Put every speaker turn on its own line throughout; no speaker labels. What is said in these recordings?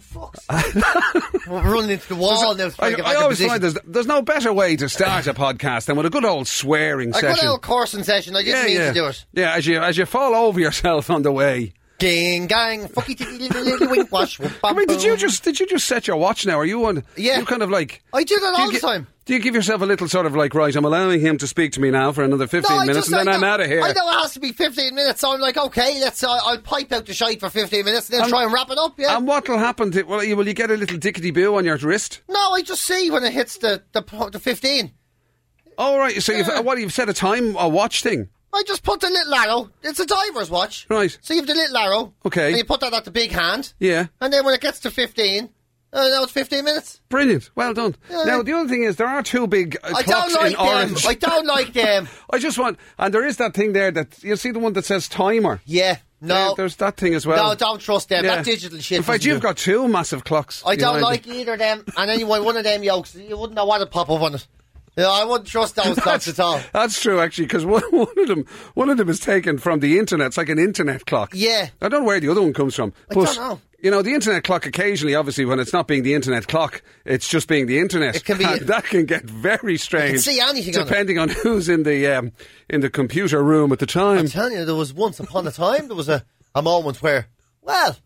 fuck's We're running into the Oh, wall now.
I,
trying to get
I
back in
always
position.
find there's, there's no better way to start a podcast than with a good old swearing
A good
session.
old coursing session. I didn't mean
yeah.
to do it.
Yeah, as you as you fall over yourself on the way.
Gang, gang, fucky ticky little little wink wash.
I mean, did you just did you just set your watch now? Are you on?
Yeah.
You kind of like.
I do that
do you
all the
gi-
time.
Do you give yourself a little sort of like right? I'm allowing him to speak to me now for another 15
I
minutes,
just-
and then
I
I'm
know-
out of here.
I know it has to be 15 minutes, so I'm like, okay, let's. Uh, I'll pipe out the shite for 15 minutes, and then
And-
try and wrap it up. Yeah.
And what'll happen? To, will, you, will you get a little dickety boo on your wrist?
no, I just see when it hits the the, p- the 15.
All right. So you've what you've set a time a watch thing.
I just put the little arrow. It's a diver's watch.
Right.
So you have the little arrow.
Okay.
And you put that at the big hand.
Yeah.
And then when it gets to 15, uh, now it's 15 minutes.
Brilliant. Well done.
Yeah.
Now the other thing is there are two big uh,
I
clocks
don't like
in
them.
orange.
I don't like them.
I just want, and there is that thing there that you see the one that says timer.
Yeah. No.
There- there's that thing as well.
no, don't trust them.
Yeah.
That digital shit.
In fact,
doesn't
you've
do.
got two massive clocks.
I don't
behind
like
you.
either of them. And anyway, one of them yokes, you wouldn't know what to pop up on it. Yeah, I wouldn't trust those clocks at all.
That's true, actually, because one, one of them, one of them is taken from the internet. It's like an internet clock.
Yeah.
I don't know where the other one comes from.
I
but,
don't know.
You know, the internet clock occasionally, obviously, when it's not being the internet clock, it's just being the internet.
It can be-
And that can get very strange.
see anything on it.
depending on, who's in the um, in the computer room at the time.
I'm telling you, there was once upon a time, there was a, a moment where, well,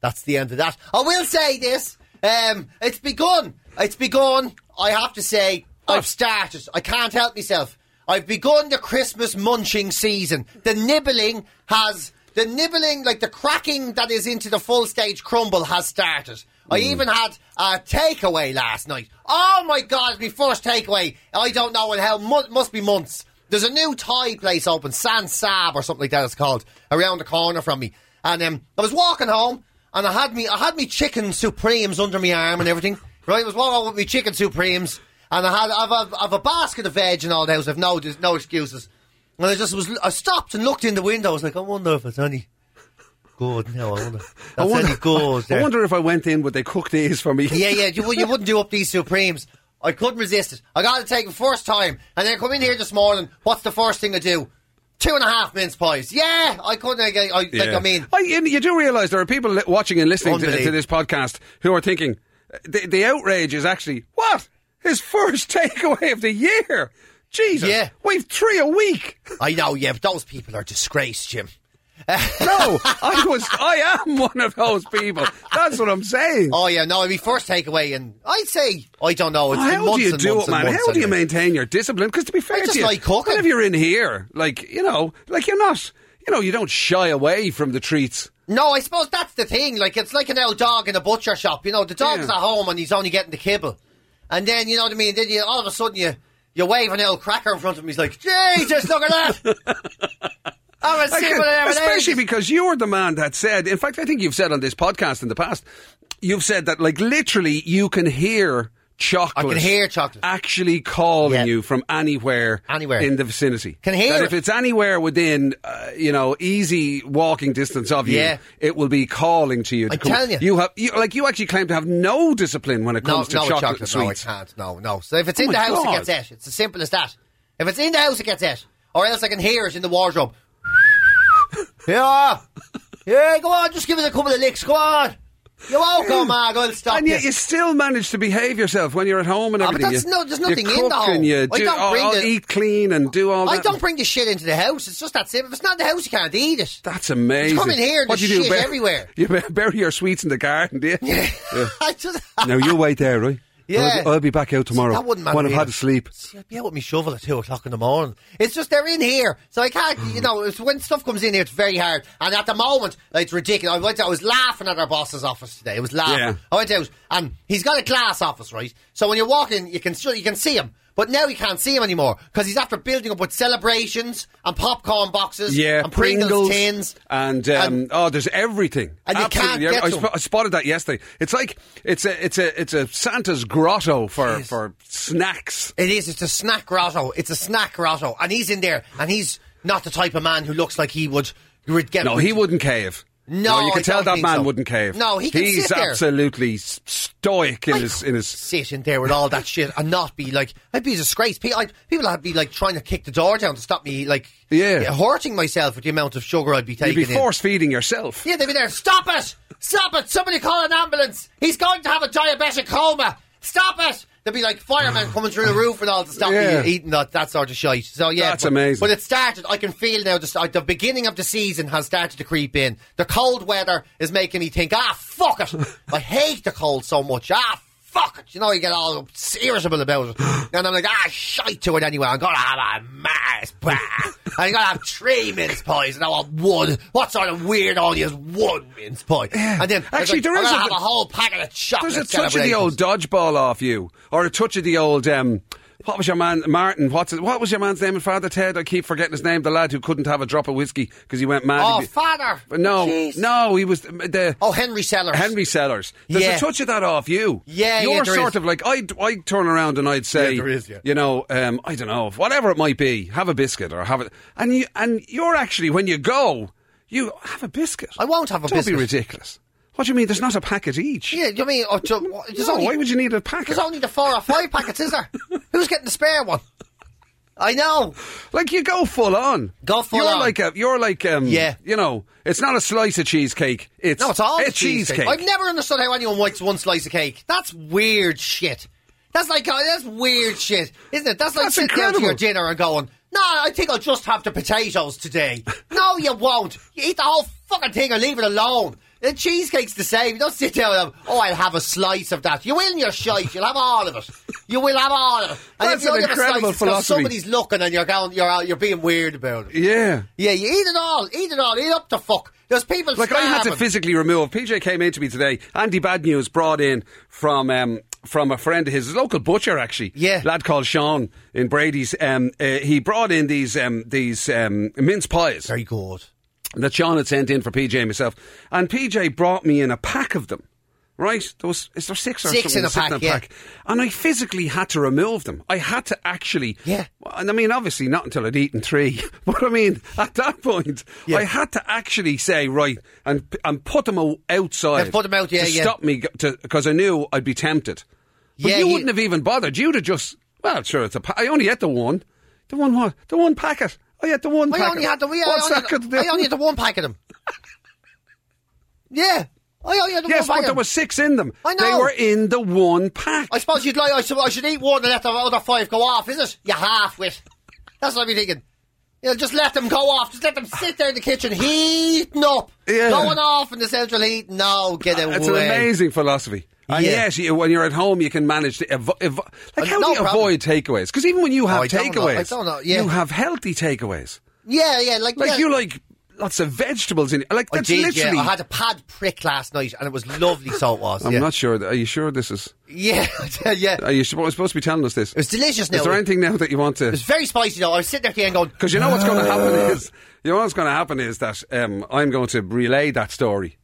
that's the end of that. I will say this. Um, it's begun. It's begun. I have to say, I've started. I can't help myself. I've begun the Christmas munching season. The nibbling has, the nibbling, like the cracking that is into the full stage crumble has started. I even had a takeaway last night. Oh my God, my first takeaway. I don't know in how, mu- must be months. There's a new Thai place open, San Sab or something like that. It's called around the corner from me. And um, I was walking home, and I had me, I had me chicken supremes under my arm and everything. Right, I was walking home with me chicken supremes, and I had, I've, I've a basket of veg and all that. I've no, there's no excuses. And I just was, I stopped and looked in the window. I was like, I wonder if it's any good. No, I wonder. That's
I wonder,
any good.
I
there.
wonder if I went in, would they cook these for me?
Yeah, yeah, you, wou- you wouldn't do up these Supremes. I couldn't resist it. I got to take them first time. And then I come in here this morning. What's the first thing I do? Two and a half mince pies. Yeah, I couldn't. I, I, like, I mean,
you, you do realise there are people li- watching and listening to,
Unbelievable.
to this podcast who are thinking uh, the, the outrage is actually what his first takeaway of the year. Jesus,
Yeah.
we've three a week.
I know, yeah, but those people are disgraced, Jim.
No, I was, I am one of those people. That's what I'm saying.
Oh, yeah, no, I mean, first takeaway, and I'd say, I don't know, it's been
How do
months
you
and
do
months
it,
and
man?
months
How do you
anyway.
maintain your discipline? Because to be fair
I just
to you,
like cooking.
whenever you're in here, like you know, like you're not, you know, you don't shy away from the treats.
No, I suppose that's the thing. Like it's like an old dog in a butcher shop. You know, the dog's
Yeah.
at home and he's only getting the kibble, and then you know what I mean. Then you, all of a sudden you you wave an old cracker in front of him. He's like, Jesus, look at that! I'm a
I
simple
can-
and
especially because you were the man that said. In fact, I think you've said on this podcast in the past, you've said that like literally you can hear chocolate.
I can hear chocolate.
actually calling
Yeah.
you from anywhere,
Anywhere.
in the vicinity.
Can hear
that
it.
if it's anywhere within uh, you know easy walking distance of you,
Yeah.
it will be calling to you. To
I'm telling you.
you have you, like you actually claim to have no discipline when it
no,
comes to
no
chocolate,
chocolate,
and
no, I
sweets.
can't. No, no. So if it's
Oh
in the
my
house,
God.
it gets it. It's as simple as that. If it's in the house, it gets it. Or else I can hear it in the wardrobe. yeah, yeah. Go on, just give it a couple of licks. Go on. You won't go, Marg. I'll stop
And
you.
yet, you still manage to behave yourself when you're at home and
Ah, but
everything.
that's
You-
no- there's
you
nothing in the
cook
home.
and you
I
do-
don't
I'll-
bring
I'll
the-
eat clean and do all
I
that.
don't bring the shit into the house. It's just that simple. If it's not in the house, you can't eat it.
That's amazing.
It's coming here and
What do
there's
you do?
shit
bur-
everywhere.
You bur- bury your sweets in the garden, do you?
I just,
now you wait there, right?
Yeah.
I'll, I'll be back out tomorrow.
that wouldn't matter
when I've had
either.
a sleep.
See, I'd be out with me shovel at two o'clock in the morning. It's just they're in here, so I can't. You know, it's, when stuff comes in here, it's very hard. And at the moment, like, it's ridiculous. I went. I was laughing at our boss's office today. I was laughing.
Yeah.
I went out, and he's got a glass office, right? So when you walk in, you can still you can see him. But now you can't see him anymore because he's after building up with celebrations and popcorn boxes,
Yeah,
and Pringles,
Pringles
tins,
and, um,
And-
oh, there's everything.
And you
Absolutely
can't get
every- I,
to 'em.
sp- I spotted that yesterday. It's like it's a it's a it's a Santa's grotto for for snacks.
It is. It's a snack rotto. It's a snack rotto, and he's in there, and he's not the type of man who looks like he would. would get
No, he wouldn't cave.
No,
No, you
I
can tell
don't
that
think
man
so.
wouldn't cave.
No, he can
He's
sit there.
absolutely s- stoic in his in his.
sit in there with all that shit and not be like I'd be a disgrace. Pe- I- People would be like trying to kick the door down to stop me like
Yeah.
hurting myself with the amount of sugar I'd be
You'd
taking.
be
in.
force feeding yourself.
Yeah, they'd be there. Stop it! Stop it! Somebody call an ambulance. He's going to have a diabetic coma. Stop it! There'd be like firemen coming through the roof and all to stop
Yeah.
me eating that, that sort of shite. So yeah,
That's
but-
amazing.
But it started. I can feel now. The, start, the beginning of the season has started to creep in. The cold weather is making me think. Ah, fuck it! I hate the cold so much. Ah. Fuck it, you know, you get all irritable about it. And I'm like, ah, shite to it anyway. I'm going to have a mass. Bah. I'm going to have three mince pies and I want one. What sort of weird audience one mince pie? And then
Actually,
like,
there
I'm
is
gonna
a-
have a whole packet of chocolate.
There's a touch of the old dodgeball off you, or a touch of the old. Um, what was your man, Martin? What's it, what was your man's name? And Father Ted, I keep forgetting his name. The lad who couldn't have a drop of whiskey because he went mad.
Oh,
He'd be-
father!
no,
Jeez.
no, he was the
Oh, Henry Sellers.
Henry Sellers. There's
Yeah.
a touch of that off you.
Yeah, yeah,
you're
there
sort
is.
of like I'd, I'd turn around and I'd say,
Yeah, there is, yeah.
you know, um, I don't know, whatever it might be, have a biscuit or have it, and you and you're actually when you go, you have a biscuit.
I won't have a
don't
biscuit.
be ridiculous. What do you mean? There's not a packet each.
Yeah, you know what I mean? Or to, there's
No,
only,
why would you need a packet?
There's only the four or five packets, is there? Who's getting the spare one? I know.
Like you go full on.
Go full
you're
on.
Like a, you're like um.
Yeah.
You know, it's not a slice of cheesecake. It's
No, it's all
a
the cheesecake. I've never understood how anyone likes one slice of cake. That's weird shit. That's like uh, that's weird shit, isn't it? That's like
That's
sitting down to your
incredible.
dinner and going, "No, I think I'll just have the potatoes today." no, you won't. You eat the whole fucking thing or leave it alone. The cheesecake's the same. You don't sit down and oh, I'll have a slice of that. You will in your shite. You'll have all of it. You will have all of it. And
That's
if you
an
don't have a slice,
incredible
it's 'cause
philosophy.
somebody's looking and you're going, you're out, you're being weird about it.
yeah.
Yeah, you eat it all. Eat it all. Eat up the fuck. There's people
Like I had to
starving.
physically remove. PJ came in to me today. Andy Bad News brought in from um, from a friend of his, his local butcher actually.
Yeah.
lad called Sean in Brady's. Um, uh, he brought in these um, these um, mince pies
Very good.
that Sean had sent in for PJ and myself, and PJ brought me in a pack of them. Right, there was is there six or
Six
something?
in a pack, yeah.
and I physically had to remove them. I had to actually,
Yeah.
And I mean, obviously not until I'd eaten three, but I mean, at that point,
Yeah.
I had to actually say right and and put them o- outside.
Yeah, put them out, yeah,
to
yeah.
stop me because I knew I'd be tempted. But
Yeah,
you
you-
wouldn't have even bothered. You'd have just well, sure, it's a. Pa- I only ate the one, the one what, the one packet. I had the one.
I
packet.
only had the yeah,
What's
I
that
only,
got to do?
I only had the one pack of them. yeah, I only had the one
Yes, but
pack.
there
Of
were
them.
six in them.
I know.
They were in the one pack.
I suppose you'd like. I, suppose I should eat one and let the other five go off. Is it? You half wit. That's what I'm thinking. You know, just let them go off. Just let them sit there in the kitchen heating up,
Yeah.
going off in the central heat. No, get away.
It's an amazing philosophy. And
Yeah. Uh,
yes, you, when you're at home, you can manage to evo- evo- like how
no
do
problem.
you
Oh,
avoid takeaways? Because even when you have
I don't know. I
takeaways,
don't know. Yeah.
you have healthy takeaways.
Yeah, yeah, like
Like
yeah.
you like lots of vegetables in it. Like
I
that's
did,
literally.
yeah. I had a pad prick last night, and it was lovely. So it was.
am
yeah.
not sure. that- Are you sure this is?
Yeah, yeah. It
Are you supposed supposed to be telling us this?
was delicious. Now
Is there anything now that you want to?
It's very spicy though. I was sitting there at the end going,
Because you know what's going to happen is you know what's going to happen is that um, I'm going to relay that story.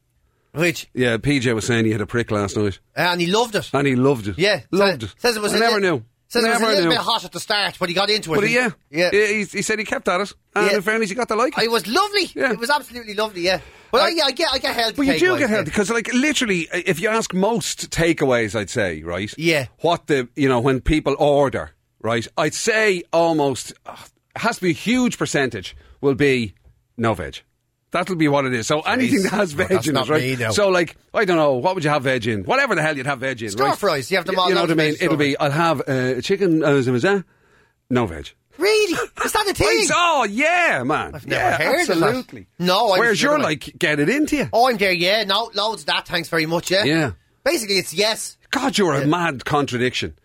which,
Yeah, PJ was saying he had a prick last night.
Eh, and he loved it.
And he loved it.
Yeah,
loved
says,
it.
Says it was
I
a
never
li-
knew.
Says
never
it was a little
knew.
bit hot at the start, but he got into it.
But
and-
yeah,
yeah.
He, he said he kept at it, and
Yeah.
in fairness, he got to like it.
It was lovely.
Yeah.
It was absolutely lovely. Yeah, but I,
I-
yeah, I get, I get healthy.
but you do
takeaways,
get healthy
yeah.
because, like, literally, i- if you ask most takeaways, I'd say, right?
Yeah.
What the you know when people order, right? I'd say almost uh, it has to be a huge percentage will be no veg. That'll be what it is. So anything that has veg
that's
in it,
not
right?
me, no.
So like, I don't know, what would you have veg in? Whatever the hell you'd have veg in,
Stir
right?
fries, you have them
Y-
all
You know what I
over the
mean?
place,
It'll
don't
be. I'll have uh, chicken uh, zimzam, no veg.
Really, is that a
Right,
thing?
Oh yeah, man. I've
never
yeah,
heard of that.
absolutely.
No, I
Whereas
was the
you're
other way.
like, get it into you.
Oh, I'm there. Yeah, no, loads of that. Thanks very much. Yeah,
Yeah.
Basically, it's yes,
God, you're a mad contradiction.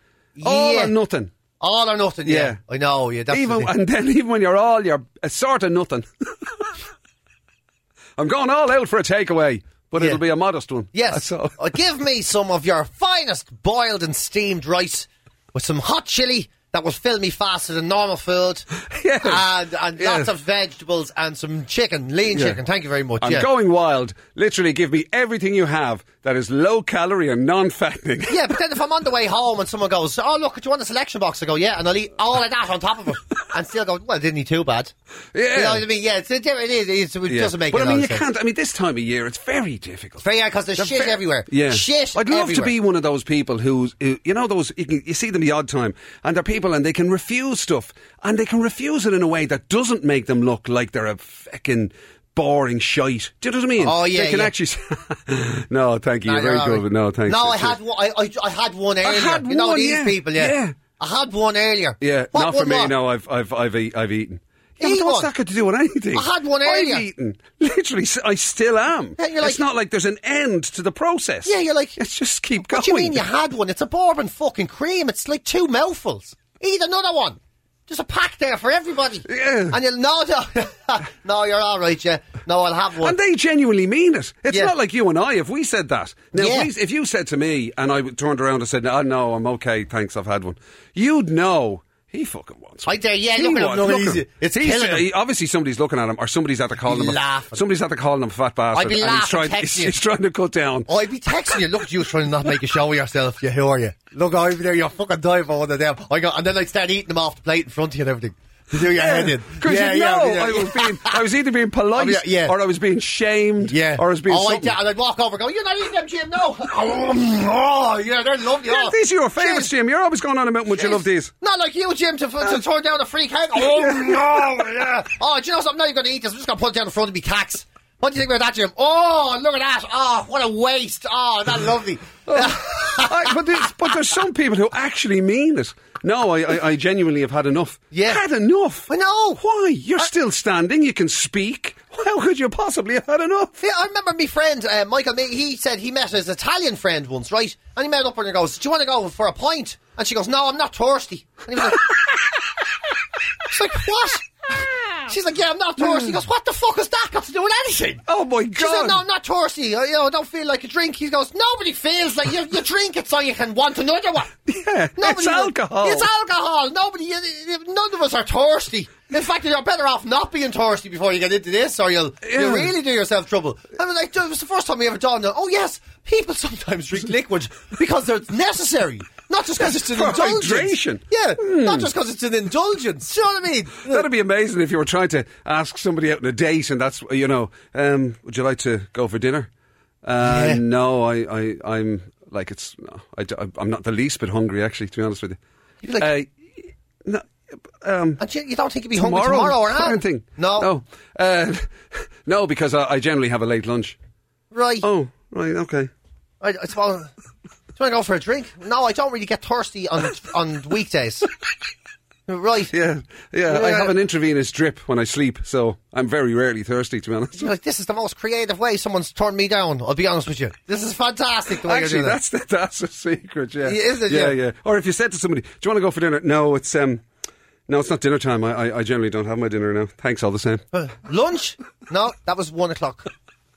All
Yeah.
or nothing.
all or nothing. Yeah,
Yeah.
I know. Yeah, that's the
Even
thing.
and then even when you're all, you're a sort of nothing. I'm going all out for a takeaway, but
Yeah.
it'll be a modest one.
Yes.
That's all.
Uh, give me some of your finest boiled and steamed rice with some hot chili that will fill me faster than normal food.
Yes.
And, and
Yes.
lots of vegetables and some chicken, lean
Yeah.
chicken. Thank you very much.
I'm
yeah.
going wild. Literally, give me everything you have. that is low calorie and non fattening.
Yeah, but then if I'm on the way home and someone goes, "Oh look, do you want the selection box?" I go, "Yeah," and I'll eat all of that on top of it, and still go, "Well, didn't he too bad?"
Yeah.
you know what I mean. Yeah, it's, it, it is. It's, it doesn't make.
But
a
I
lot
mean, you
of sense.
can't. I mean, this time of year, it's very difficult.
Very because there's shit
Fair-
everywhere.
Yeah,
shit.
I'd love to
everywhere.
be one of those people who's who, you know those you, can, you see them the odd time, and they're people and they can refuse stuff, and they can refuse it in a way that doesn't make them look like they're a fucking boring shite. Do you know what I mean?
Oh, yeah,
They can
yeah.
actually. s- no, thank you.
No,
You're
you're
very
all
good,
right.
but no, thanks.
No, I
It's-
had one. I, I, I had one earlier.
had
you know
one,
these
yeah.
people, yeah.
Yeah.
I had one earlier.
Yeah,
What
not for
one
me.
was?
No, I've I've I've, eat, I've eaten. Yeah,
Eat
but what's
one.
that got to do with anything?
I had one earlier.
I've eaten. Literally, s- I still am.
Yeah, you're like-
it's not like there's an end to the process.
Yeah, you're like-
let's just keep going.
What do you mean you had one? It's a bourbon fucking cream. It's like two mouthfuls. Eat another one. There's a pack there for everybody.
Yeah.
And you'll no, no, no, you're all right, yeah. No, I'll have one.
And they genuinely mean it. It's
Yeah.
not like you and I. If we said that, now
Yeah.
if, we, if you said to me and I turned around and said, "Oh no, I'm okay, thanks, I've had one," you'd know he fucking wants. one.
I dare- yeah,
He
look at him,
wants-
no,
look
he's-
him.
it's
He's- uh,
killing him.
he- Obviously, somebody's looking at him, or somebody's had to call
He'd
him.
be
A,
laughing.
somebody's had to call him a fat bastard.
I'd be
and he's
laughing,
trying,
texting
he's,
you.
he's trying to cut down.
Oh, I'd be texting you. Look, you trying not to make a show of yourself. You who are you? Look over there, you're fucking dying for one of them. I got, and then I'd start eating them off the plate in front of you and everything. You do your head in.
Because you know, I, was being, I was either being polite,
Oh, yeah, yeah.
or I was being shamed,
Yeah.
or I was being.
Oh, I'd,
something.
and I'd walk over going, You're not eating them, Jim, no. oh, yeah, they're lovely.
yeah,
oh.
these are your favourites,
Jim.
Jim. You're always going on about how much you love these.
Not like you, Jim, to, f- to turn down a free cake. Uh, Oh, no, yeah. Oh, do you know something? I'm not even going to eat this. I'm just going to put it down in front of me cacks. What do you think about that, Jim? Oh, look at that. Oh, what a waste. Oh, that's lovely. Oh.
I, but, there's, but there's some people who actually mean it. No, I, I, I genuinely have had enough.
Yeah.
Had enough?
I know.
Why? You're still standing, you can speak. How could you possibly have had enough?
Yeah, I remember me friend uh, Michael. May- He said he met his Italian friend once, right? And he met up with her and goes, "Do you want to go for a pint?" And she goes, "No, I'm not thirsty." And he was like, "She's like what?" She's like, "Yeah, I'm not thirsty." He goes, "What the fuck has that got to do with anything?"
Oh my
She said,
god.
"No, I'm not thirsty. I, you know, I don't feel like a drink." He goes, "Nobody feels like you, you drink it so you can want another one."
Yeah,
Nobody
it's alcohol.
It's alcohol. Nobody. you- you- None of us are thirsty. In fact, you're better off not being thirsty before you get into this, or you'll
Yeah.
you'll really do yourself trouble. I mean, like, it was the first time we ever done that. Oh yes, people sometimes drink liquid because it's necessary, not just because it's an
For
indulgence.
hydration. Hmm.
Yeah, not just because it's an indulgence. You know what I mean?
That'd be amazing if you were trying to ask somebody out on a date, and that's you know, um, would you like to go for dinner? Uh,
Yeah.
No, I, I, I'm like it's. No, I, am not the least bit hungry, actually. To be honest with you,
You'd be like-
Uh, no, um,
And you, you don't think you'd be
tomorrow,
hungry tomorrow, or
kind
anything?
of thing.
No.
no, uh, no, because I, I generally have a late lunch.
Right.
Oh, right, okay.
I, I suppose. Do you want to go for a drink? No, I don't really get thirsty on on weekdays. Right.
Yeah, yeah, I
Yeah.
have an intravenous drip when I sleep, so I'm very rarely thirsty, to be honest.
You're like, this is the most creative way someone's turned me down. I'll be honest with you. This is fantastic the way
Actually,
you're doing
that's the, that's a secret. Yeah,
Yeah, is it?
Yeah,
Yeah.
yeah. Or if you said to somebody, "Do you want to go for dinner?" No, it's um, no, it's not dinner time. I, I, I generally don't have my dinner now. Thanks, all the same.
it. Lunch? No, that was one o'clock.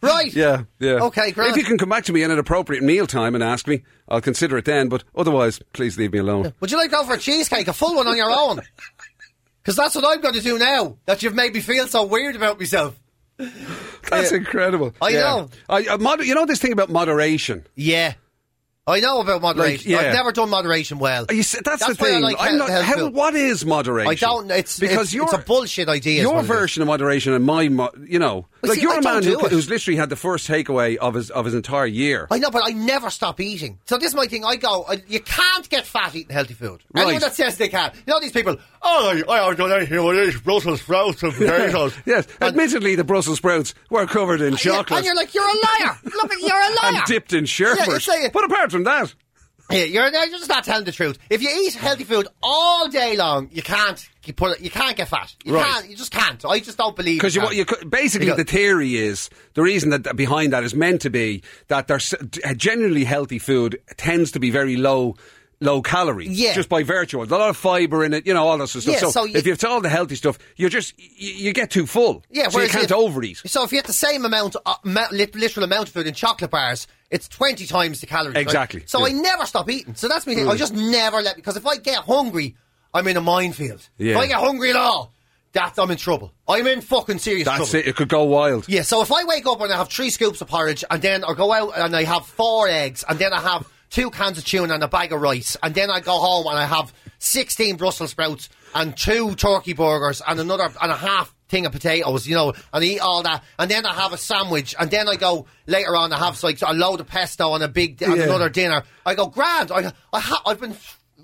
Right.
Yeah, yeah.
Okay, grand.
If you can come back to me at an appropriate meal time and ask me, I'll consider it then. But otherwise, please leave me alone.
Would you like to go for a cheesecake, a full one on your own? Because that's what I'm going to do now that you've made me feel so weird about myself.
That's
Yeah.
incredible.
I
Yeah.
know.
I, I mod- you know this thing about moderation.
Yeah. I know about moderation.
Like, yeah.
I've never done moderation well.
Uh, You see, that's,
That's
the
why I
thing.
like
I'm
he- health
how-
food.
what is moderation?
I don't. It's
because
it's,
you're
it's a bullshit idea. is
Your
what it is.
version of moderation and my, mo- you know,
But
like
see,
you're
I
a man
don't
who,
do it.
who's literally had the first takeaway of his of his entire year.
I know, but I never stop eating. So this is my thing. I go, uh, you can't get fat eating healthy food.
Right.
Anyone that says they can, you know these people. Oh, I, I haven't done anything. I eat Brussels sprouts and potatoes.
yes,
and,
admittedly, the Brussels sprouts were covered in
yeah,
chocolate
and you're like, you're a liar. Look, at you're a
and
liar.
dipped in sherbet.
Yeah, it's like-
but apart from that,
Yeah, you're, you're just not telling the truth. If you eat healthy food all day long, you can't. You put it. You can't get fat. You
Right.
can't. You just can't. I just don't believe.
because you,
can.
what you could- basically
Because-
the theory is the reason that, that behind that is meant to be that there's generally healthy food tends to be very low. Low calorie,
Yeah.
just by virtue. There's a lot of fibre in it, you know, all that sort of stuff.
Yeah, so you-
if you've all the healthy stuff, you're just you, you get too full.
Yeah,
so you
whereas
can't
if-
overeat.
So if you get the same amount, uh, ma- lit- literal amount of food in chocolate bars, it's twenty times the calories. right?
Exactly,
So
yeah. Mm.
I never stop eating. So that's me. thing. I just never let because if I get hungry, I'm in a minefield.
Yeah.
If I get hungry at all, That I'm in trouble. I'm in fucking serious
That's
trouble.
it. It could go wild.
Yeah, so if I wake up and I have three scoops of porridge, and then I go out and I have four eggs, and then I have two cans of tuna and a bag of rice, and then I go home and I have 16 Brussels sprouts and two turkey burgers and another and a half thing of potatoes, you know, and I eat all that, and then I have a sandwich, and then I go later on, I have like a load of pesto and a big and
Yeah.
another dinner. I go, grand, I, I ha- I've been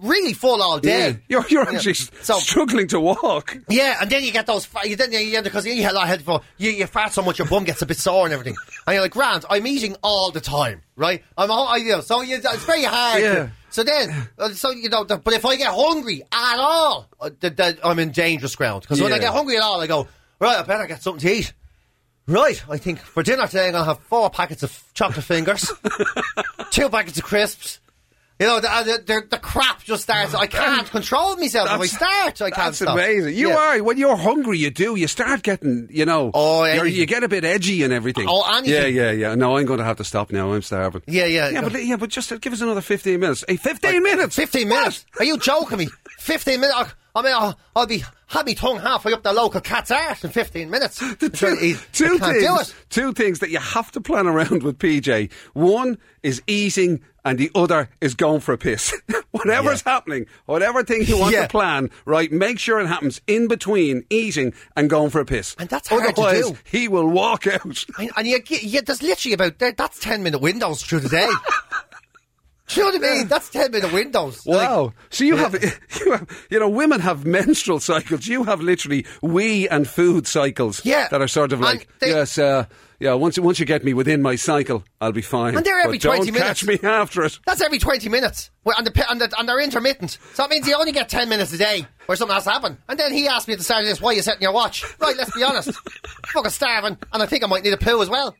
really full all day.
You're, you're
Yeah.
actually
So-
struggling to walk.
Yeah, and then you get those. Fat, you then you because you eat a lot of healthy food. You, you fat so much your bum gets a bit sore and everything. And you're like, Grant, I'm eating all the time, right? I'm all, I, you know, so you, it's very hard.
Yeah.
So then, uh, so you know, the, but if I get hungry at all, uh, th- th- I'm in dangerous ground because when I
Yeah.
get hungry at all, I go right. I better get something to eat. Right, I think for dinner today I'm gonna have four packets of chocolate fingers, two packets of crisps. You know, the, uh, the, the, the crap just starts. I can't control myself if I
That's-
start. I can't
That's
stop.
amazing. You
Yeah.
are when you're hungry, you do. You start getting, you know,
Oh,
you're-
anything.
you get a bit edgy and everything.
Oh, anything.
yeah, yeah, yeah. No, I'm going to have to stop now. I'm starving.
Yeah, yeah.
yeah, but yeah, but just uh, give us another fifteen minutes. Hey, fifteen minutes.
15
What?
minutes? Are you joking me? 15 minutes? I, I mean, I'll, I'll be have my tongue halfway up the local cat's arse in 15 minutes.
The
It's very
two,
easy. I
two
can't do
things,
it.
two things that you have to plan around with PJ. One is eating, and the other is going for a piss. Whatever's happening, whatever thing you want
Yeah.
to plan, right? Make sure it happens in between eating and going for a piss.
And that's hard to
Otherwise,
do.
he will walk out.
And, and you, get- you, there's literally about, there, that's 10 minute windows through the day. do you know what I mean? That's 10 minute windows.
Wow!
Like,
Oh, so you have, you have, you know, women have menstrual cycles. You have literally wee and food cycles.
Yeah.
that are sort of
And
like
they-
yes, uh, yeah. Once once you get me within my cycle, I'll be fine.
And they're every
but don't
20 minutes.
catch me after it.
that's every 20 minutes. Well, And, the, pi- and, the, and they're intermittent. So that means you only get 10 minutes a day or something has to happen. And then he asked me at the start of this, why are you setting your watch? Right, let's be honest. Fucking starving. And I think I might need a poo as well.